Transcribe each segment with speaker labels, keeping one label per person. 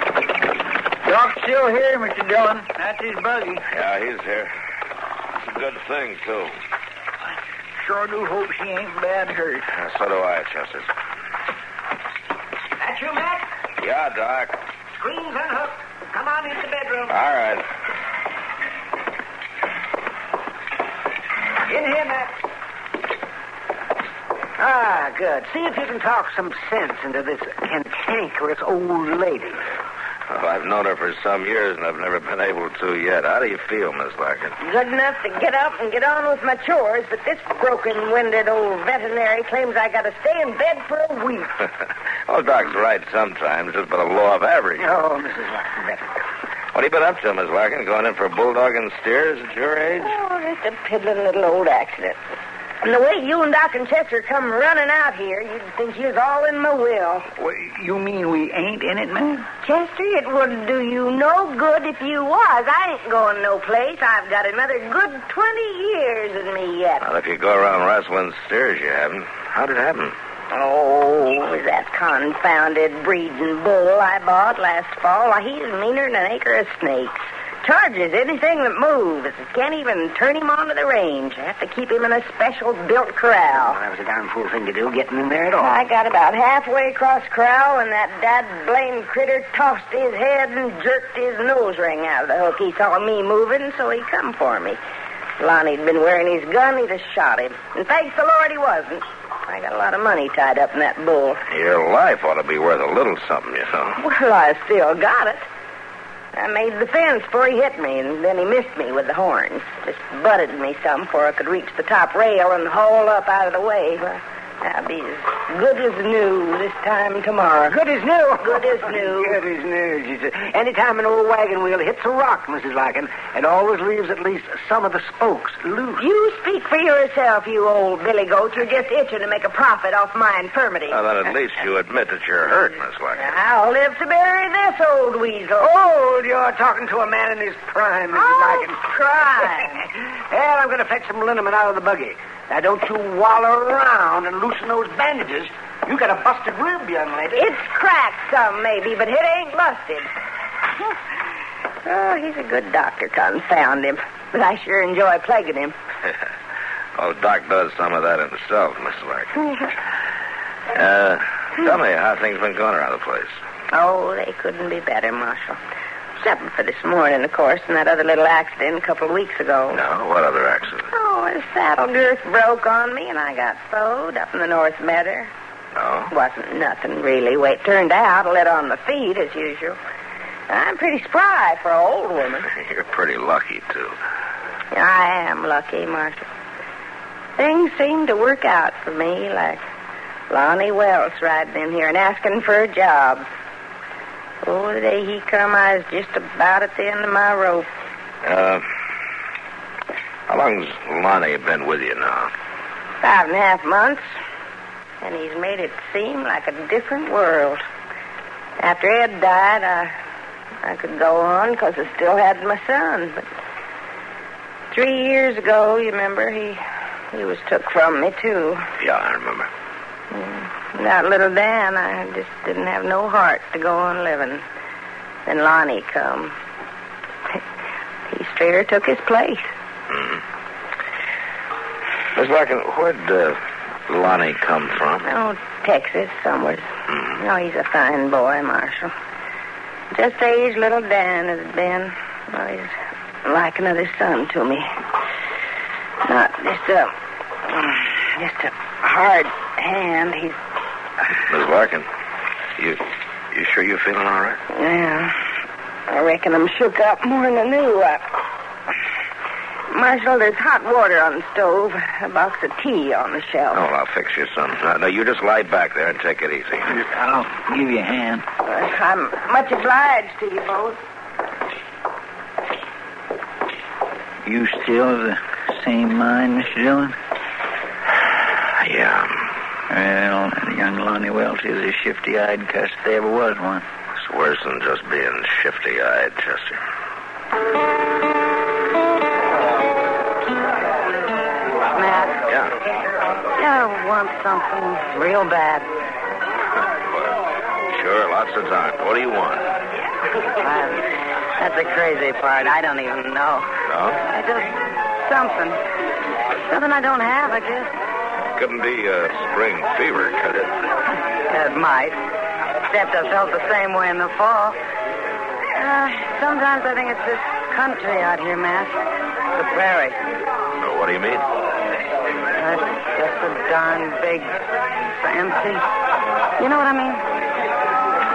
Speaker 1: Doc's still here, Mr. Dillon. That's his buggy.
Speaker 2: Yeah, he's here. It's a good thing, too.
Speaker 1: Sure do hope she ain't bad hurt.
Speaker 2: Yeah, so do I, Chester.
Speaker 3: That you, Mac?
Speaker 2: Yeah, Doc.
Speaker 3: Screen's unhooked. Come on into the bedroom.
Speaker 2: All right.
Speaker 3: In here, Mac.
Speaker 1: Ah, good. See if you can talk some sense into this cantankerous old lady.
Speaker 2: Well, I've known her for some years, and I've never been able to yet. How do you feel, Miss Larkin?
Speaker 4: Good enough to get up and get on with my chores, but this broken-winded old veterinary claims I gotta stay in bed for a week.
Speaker 2: well, Doc's right sometimes, just by the law of average.
Speaker 1: Oh, Mrs. Larkin.
Speaker 2: What have you been up to, Miss Larkin? Going in for bulldog and steers at your age?
Speaker 4: Oh, just a piddling little old accident. And the way you and Doc and Chester come running out here, you'd think you was all in my will.
Speaker 1: Well, you mean we ain't in it, man?
Speaker 4: Chester, it would do you no good if you was. I ain't going no place. I've got another good 20 years in me yet.
Speaker 2: Well, if you go around rustling steers, you haven't. How'd it happen?
Speaker 4: Oh, that confounded breeding bull I bought last fall. Why, he's meaner than an acre of snakes. Charges anything that moves. Can't even turn him onto the range. I have to keep him in a special built corral.
Speaker 1: that was a darn fool thing to do, getting in there at all.
Speaker 4: I got about halfway across corral when that dad blamed critter tossed his head and jerked his nose ring out of the hook. He saw me moving, so he come for me. Lonnie'd been wearing his gun, he'd have shot him. And thanks the Lord he wasn't. I got a lot of money tied up in that bull.
Speaker 2: Your life ought to be worth a little something, you know.
Speaker 4: Well, I still got it. I made the fence before he hit me, and then he missed me with the horns. Just butted me some before I could reach the top rail and haul up out of the way. Well, I'll be as good as new this time tomorrow.
Speaker 1: Good as new.
Speaker 4: Good as new.
Speaker 1: Good as new. She said. Anytime an old wagon wheel hits a rock, Mrs. Larkin, it always leaves at least some of the spokes loose.
Speaker 4: You speak for yourself, you old billy goat. You're just itching to make a profit off my infirmity.
Speaker 1: Uh,
Speaker 2: Well, then at least you admit that you're hurt, Miss Larkin.
Speaker 4: I'll live to bury this old weasel.
Speaker 1: Old, you're talking to a man in his prime, Mrs.
Speaker 4: Oh,
Speaker 1: Larkin.
Speaker 4: crime.
Speaker 1: well, I'm going to fetch some liniment out of the buggy. Now, don't you wallow around and loosen those bandages. You got a busted rib, young lady.
Speaker 4: It's cracked some, maybe, but it ain't busted. oh, he's a good doctor, confound him. But I sure enjoy plaguing him.
Speaker 2: well, Doc does some of that himself, Miss Larkin. uh, tell me how things been going around the place.
Speaker 4: Oh, they couldn't be better, Marshal. Except for this morning, of course, and that other little accident a couple of weeks ago.
Speaker 2: No, what other accident?
Speaker 4: Oh, a saddle girth broke on me, and I got throwed up in the north meadow.
Speaker 2: No.
Speaker 4: Wasn't nothing really. Way it turned out, I lit on my feet as usual. I'm pretty spry for an old woman.
Speaker 2: You're pretty lucky, too.
Speaker 4: I am lucky, Marshal. Things seem to work out for me, like Lonnie Wells riding in here and asking for a job. Oh, the day he come, I was just about at the end of my rope.
Speaker 2: Uh, how long's Lonnie been with you now?
Speaker 4: Five and a half months. And he's made it seem like a different world. After Ed died, I, I could go on because I still had my son. But three years ago, you remember, he, he was took from me, too.
Speaker 2: Yeah, I remember.
Speaker 4: Without little Dan, I just didn't have no heart to go on living. Then Lonnie come. he straighter took his place.
Speaker 2: Miss Larkin, where'd uh, Lonnie come from?
Speaker 4: Oh, Texas, somewhere. No, he's a fine boy, Marshal. Just the age little Dan has been. Well, he's like another son to me. Not just a, just a hard hand. He's,
Speaker 2: Miss Larkin, you you sure you're feeling all right?
Speaker 4: yeah. I reckon I'm shook up more than I knew. I, Marshal, there's hot water on the stove, a box of tea on the shelf.
Speaker 2: Oh, well, I'll fix you some. No, no, you just lie back there and take it easy.
Speaker 1: I'll give you a hand.
Speaker 4: I'm much obliged to you both.
Speaker 1: You still of the same mind, Mr. Dillon?
Speaker 2: Yeah,
Speaker 1: Well, that young Lonnie Welch is a shifty-eyed cuss if there ever was one.
Speaker 2: it's worse than just being shifty-eyed, Chester.
Speaker 4: Matt,
Speaker 2: Yeah.
Speaker 4: I want something real bad.
Speaker 2: Sure, lots of time. What do you want?
Speaker 4: Uh, that's the crazy part. I don't even know.
Speaker 2: No?
Speaker 4: I just something. Something I don't have, I guess.
Speaker 2: Couldn't be a spring fever, could it?
Speaker 4: It might. Except I felt the same way in the fall. Uh, sometimes I think it's this country out here, Matt. The prairie.
Speaker 2: No, Oh, what do you mean?
Speaker 4: Uh, It's just a darn big, fancy. You know what I mean?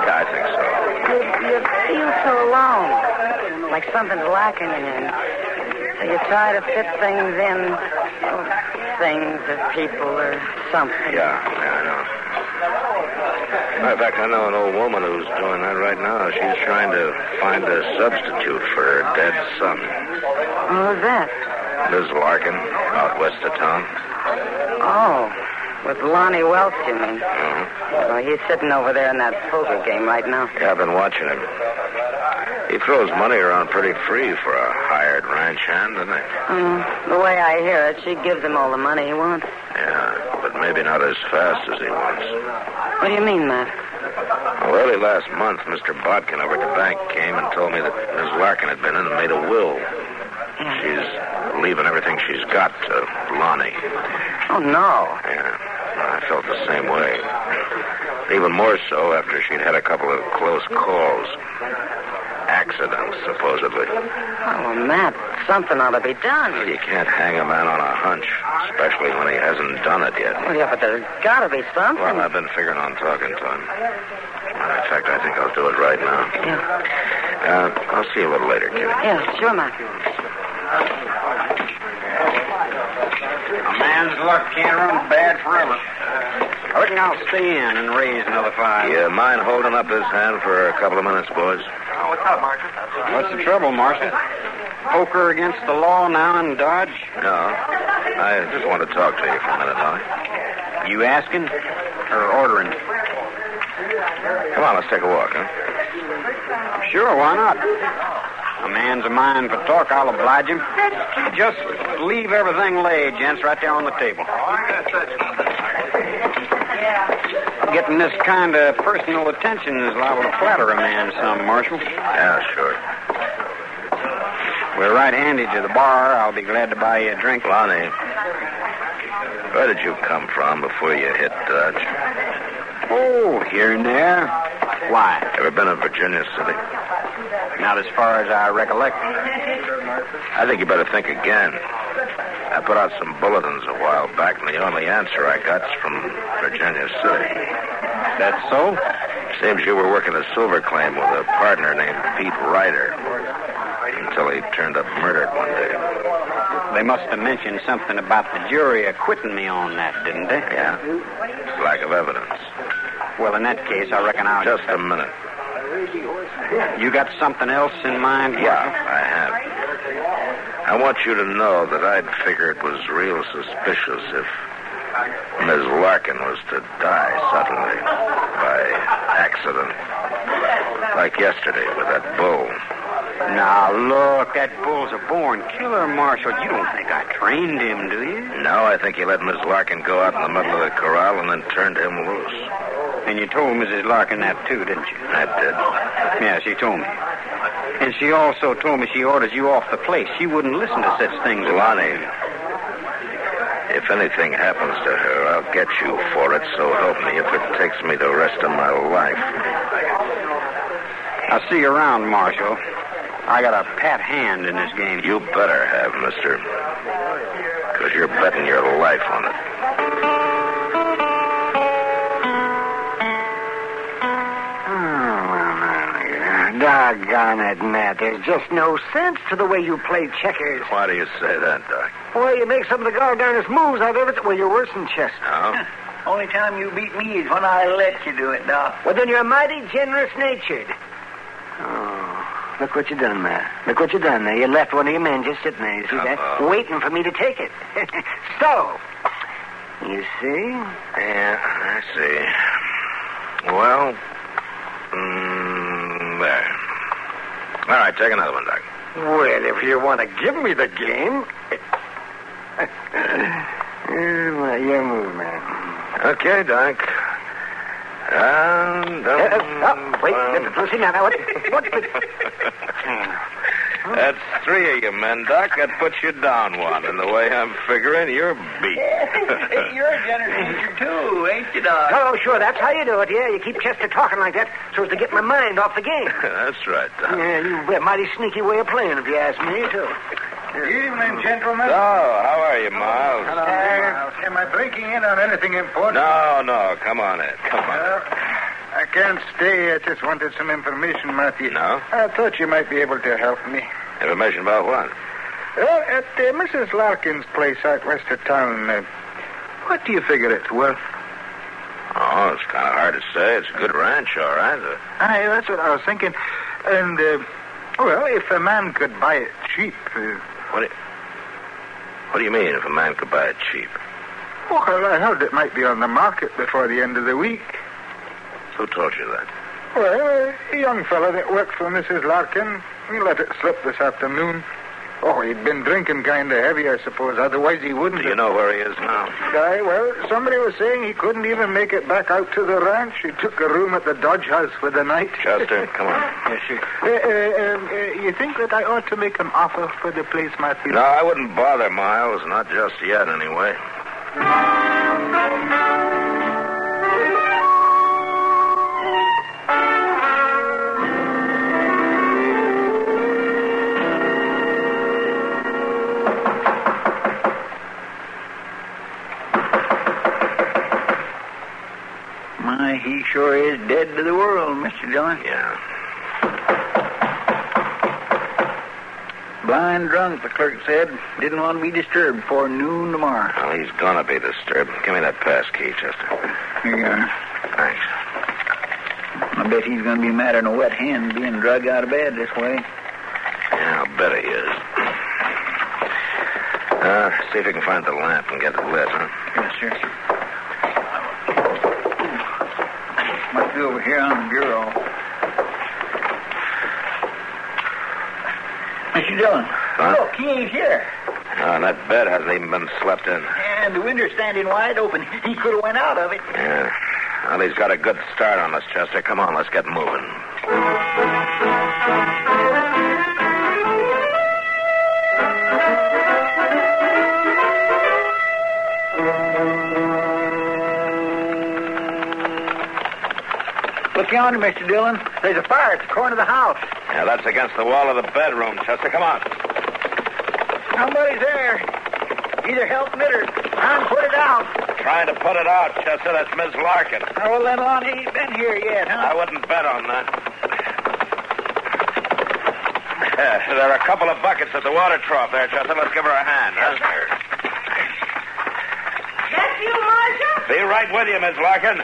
Speaker 2: Yeah, I think so.
Speaker 4: You, you feel so alone, like something's lacking in you. So you try to fit things in, or things or people or something.
Speaker 2: Yeah, yeah, I know. Matter of fact, I know an old woman who's doing that right now. She's trying to find a substitute for her dead son.
Speaker 4: What was that?
Speaker 2: Liz Larkin, out west of town.
Speaker 4: Oh, with Lonnie Welch, you mean?
Speaker 2: Mhm.
Speaker 4: Well, he's sitting over there in that poker game right now.
Speaker 2: Yeah, I've been watching him. He throws money around pretty free for a hired ranch hand, doesn't he?
Speaker 4: Mm, the way I hear it, she gives him all the money he wants.
Speaker 2: Yeah, but maybe not as fast as he wants.
Speaker 4: What do you mean, Matt?
Speaker 2: Well, early last month, Mr. Bodkin over at the bank came and told me that Miss Larkin had been in and made a will. She's leaving everything she's got to Lonnie.
Speaker 4: Oh, no.
Speaker 2: Yeah, I felt the same way. Even more so after she'd had a couple of close calls. Accidents, supposedly.
Speaker 4: Oh, well, Matt, something ought to be done.
Speaker 2: You can't hang a man on a hunch, especially when he hasn't done it yet.
Speaker 4: Well, yeah, but there's got to be something.
Speaker 2: Well, I've been figuring on talking to him. Matter of fact, I think I'll do it right now. Uh, I'll see you a little later, Kitty.
Speaker 4: Yeah, sure, Matt.
Speaker 5: A man's luck can't run bad forever. I reckon I'll stay in and raise another five.
Speaker 2: You mind holding up this hand for a couple of minutes, boys?
Speaker 5: Oh, what's up, Marshal? What's the trouble, Marshal? Poker against the law now in Dodge?
Speaker 2: No. I just want to talk to you for a minute, Holly.
Speaker 5: You asking or ordering?
Speaker 2: Come on, let's take a walk, huh?
Speaker 5: Sure, why not? A man's a mind for talk, I'll oblige him. Just leave everything laid, gents, right there on the table. Getting this kind of personal attention is liable to flatter a man some, Marshal.
Speaker 2: Yeah, sure.
Speaker 5: We're right handy to the bar. I'll be glad to buy you a drink.
Speaker 2: Lonnie, where did you come from before you hit Dodge?
Speaker 5: Oh, here and there. Why?
Speaker 2: Ever been in Virginia City?
Speaker 5: Not as far as I recollect.
Speaker 2: I think you better think again. I put out some bulletins a while back, and the only answer I got's from Virginia City.
Speaker 5: That's so?
Speaker 2: Seems you were working a silver claim with a partner named Pete Ryder until he turned up murdered one day.
Speaker 5: They must have mentioned something about the jury acquitting me on that, didn't they?
Speaker 2: Yeah? Lack of evidence.
Speaker 5: Well, in that case, I reckon I'll.
Speaker 2: Just a minute.
Speaker 5: You got something else in mind?
Speaker 2: I have. I want you to know that I'd figure it was real suspicious if Ms. Larkin was to die suddenly by accident. Like yesterday with that bull.
Speaker 5: Now, look, that bull's a born killer, Marshal. You don't think I trained him, do you?
Speaker 2: No, I think you let Miss Larkin go out in the middle of the corral and then turned him loose.
Speaker 5: And you told Mrs. Larkin that, too, didn't you?
Speaker 2: I did.
Speaker 5: Yeah, she told me. And she also told me she orders you off the place. She wouldn't listen to such things.
Speaker 2: Lonnie, if anything happens to her, I'll get you for it, so help me if it takes me the rest of my life.
Speaker 5: I'll see you around, Marshal. I got a pat hand in this game.
Speaker 2: You better have, mister. Because you're betting your life on it.
Speaker 1: Oh, well, Doggone it, Matt. There's just no sense to the way you play checkers.
Speaker 2: Why do you say that, Doc?
Speaker 1: Boy, you make some of the goddamnest moves I've ever... Well, you're worse than Chester.
Speaker 2: No?
Speaker 3: Only time you beat me is when I let you do it, Doc.
Speaker 1: Well, then you're mighty generous natured. Oh, look what you done there. Look what you done there. You left one of your men just sitting there, you see that?
Speaker 2: Uh-oh.
Speaker 1: Waiting for me to take it. so, you see?
Speaker 2: Yeah, I see. Well, mm, there. All right, take another one, Doc.
Speaker 1: Well, if you want to give me the game. well, your move, man.
Speaker 2: Okay, Doc. And
Speaker 1: Uh,
Speaker 2: um,
Speaker 1: oh, wait,
Speaker 2: um,
Speaker 1: Lucy, now, now, what, what the...
Speaker 2: that's three of you men, Doc. That puts you down one. And the way I'm figuring, you're beat.
Speaker 3: You're a generous teacher, too, ain't you, Doc?
Speaker 1: Oh, sure, that's how you do it. Yeah, you keep Chester talking like that so as to get my mind off the game.
Speaker 2: that's right, Doc.
Speaker 1: Yeah, you a mighty sneaky way of playing, if you ask me, too.
Speaker 6: Evening,
Speaker 2: So,
Speaker 6: gentlemen.
Speaker 2: how are you, Miles?
Speaker 6: Uh, am I breaking in on anything important?
Speaker 2: No, no, come on in. Come on.
Speaker 6: Well, I can't stay. I just wanted some information, Matthew.
Speaker 2: No?
Speaker 6: I thought you might be able to help me.
Speaker 2: Information about what?
Speaker 6: Well, at uh, Mrs. Larkin's place out west of town, uh, what do you figure it's worth?
Speaker 2: Oh, it's kind of hard to say. It's a good ranch, all right. Uh,
Speaker 6: Aye, that's what I was thinking. And, uh, well, if a man could buy it cheap, uh,
Speaker 2: What do, you, what do you mean if a man could buy it cheap?
Speaker 6: well, I heard it might be on the market before the end of the week.
Speaker 2: Who told you that?
Speaker 6: Well, a young fellow that worked for Mrs. Larkin. He let it slip this afternoon. Oh, he'd been drinking kind of heavy, I suppose. Otherwise, he wouldn't.
Speaker 2: Do you
Speaker 6: have-
Speaker 2: know where he is now?
Speaker 6: Aye, well, somebody was saying he couldn't even make it back out to the ranch. He took a room at the Dodge House for the night.
Speaker 2: Chester, come on.
Speaker 6: Yes, sir. Uh, uh, um, uh, you think that I ought to make an offer for the place, Matthew?
Speaker 2: No, I wouldn't bother, Miles. Not just yet, anyway.
Speaker 3: My, he sure is dead to the world, Mr. Dillon.
Speaker 2: Yeah.
Speaker 3: Blind drunk, the clerk said. Didn't want to be disturbed before noon tomorrow.
Speaker 2: Well, he's gonna be disturbed. Give me that pass key, Chester.
Speaker 3: Here you are.
Speaker 2: Thanks.
Speaker 3: I bet he's going to be madder than a wet hen being dragged out of bed this way.
Speaker 2: Yeah, I'll bet he is. Uh, see if you can find the lamp and get it lit, huh?
Speaker 3: Yes, sir. Must be over here on the bureau. Mr. Dillon, look, he ain't here.
Speaker 2: Oh, and that bed hasn't even been slept in.
Speaker 3: And the window's standing wide open. He could have went out of it.
Speaker 2: Yeah. Well, he's got a good start on us, Chester. Come on, let's get moving.
Speaker 3: Look yonder, Mr. Dillon. There's a fire at the corner of the house.
Speaker 2: Yeah, that's against the wall of the bedroom, Chester. Come on.
Speaker 3: Somebody's there. Either helping it or I'm put it out.
Speaker 2: Trying to put it out, Chester. That's Miss Larkin.
Speaker 3: Oh, well, then Lonnie ain't been here yet, huh?
Speaker 2: I wouldn't bet on that. Yeah, there are a couple of buckets at the water trough there, Chester. Let's give her a hand. Yes,
Speaker 3: That's you, Marshal?
Speaker 2: Be right with you, Miss Larkin.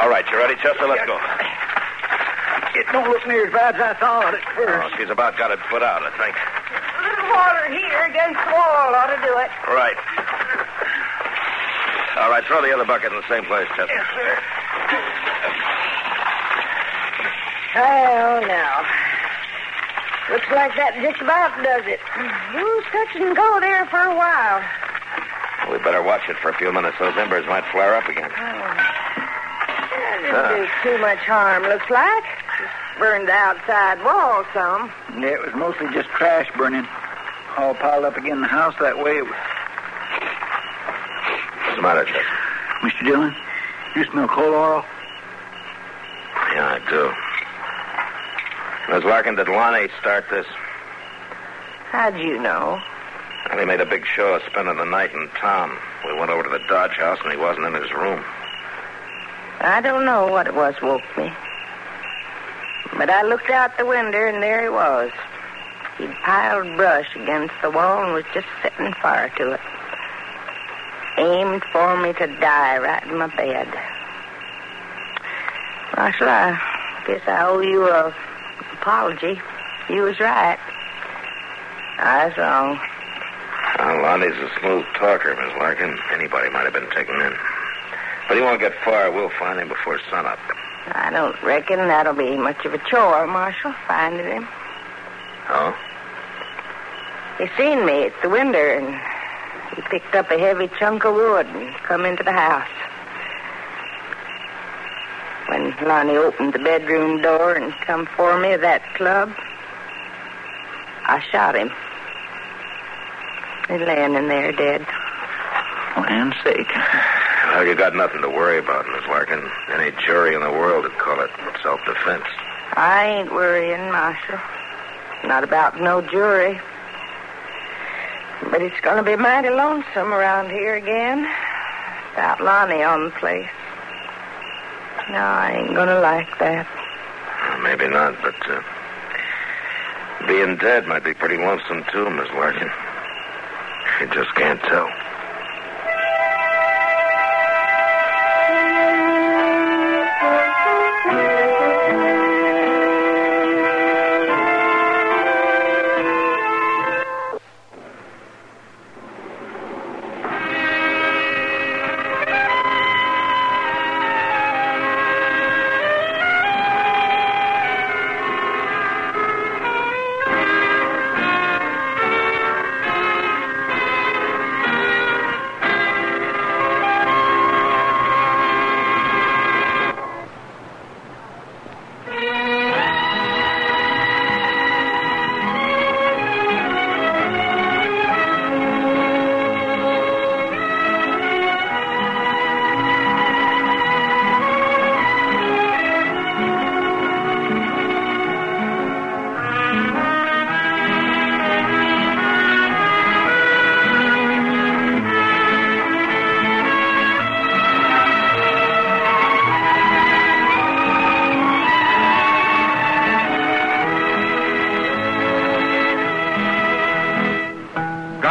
Speaker 2: All right, you ready, Chester? Let's go.
Speaker 3: It don't look near as bad as I thought at first.
Speaker 2: Oh, she's about got it put out, I think.
Speaker 4: A little water here against the wall ought to do it.
Speaker 2: Right. All right, throw the other bucket in the same place, Chester.
Speaker 4: Oh, now. Looks like that just about does it. Ooh, touch and go there for a while.
Speaker 2: We better watch it for a few minutes. Those embers might flare up again.
Speaker 4: That didn't do too much harm, looks like. Just burned the outside wall some.
Speaker 3: Yeah, it was mostly just trash burning. All piled up again in the house that way. It was...
Speaker 2: What's the matter, Chester?
Speaker 3: Mr. Dillon, you smell coal oil?
Speaker 2: Yeah, I do. Miss Larkin, did Lonnie start this?
Speaker 4: How'd you know?
Speaker 2: Well, he made a big show of spending the night in town. We went over to the Dodge house, and he wasn't in his room.
Speaker 4: I don't know what it was woke me. But I looked out the window, and there he was. He'd piled brush against the wall and was just setting fire to it. Aimed for me to die right in my bed. Marshal, I guess I owe you a apology. You was right. I was wrong.
Speaker 2: Well, Lonnie's a smooth talker, Miss Larkin. Anybody might have been taken in. But he won't get far. We'll find him before sunup.
Speaker 4: I don't reckon that'll be much of a chore, Marshal, finding him.
Speaker 2: Oh?
Speaker 4: He seen me at the window, and he picked up a heavy chunk of wood and come into the house. When Lonnie opened the bedroom door and come for me that club, I shot him. He's laying in there dead.
Speaker 3: Land's sake.
Speaker 2: Well, you got nothing to worry about, Miss Larkin. Any jury in the world would call it self-defense.
Speaker 4: I ain't worrying, Marshal. Not about no jury. But it's gonna be mighty lonesome around here again. Without Lonnie on the place. No, I ain't gonna like that.
Speaker 2: Maybe not, but uh, being dead might be pretty lonesome, too, Miss Larkin. You just can't tell.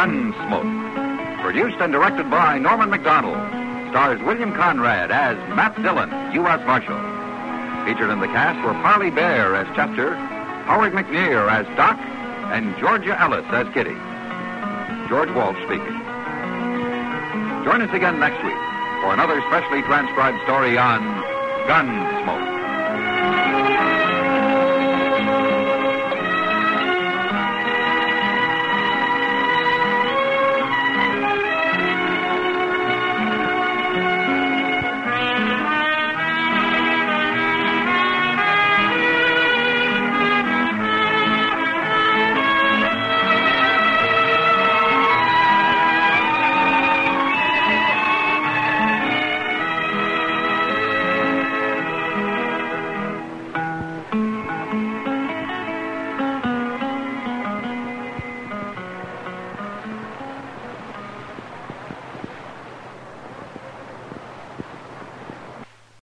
Speaker 7: Gunsmoke. Produced and directed by Norman McDonald. Stars William Conrad as Matt Dillon, U.S. Marshal. Featured in the cast were Parley Bear as Chester, Howard McNear as Doc, and Georgia Ellis as Kitty. George Walsh speaking. Join us again next week for another specially transcribed story on Gunsmoke.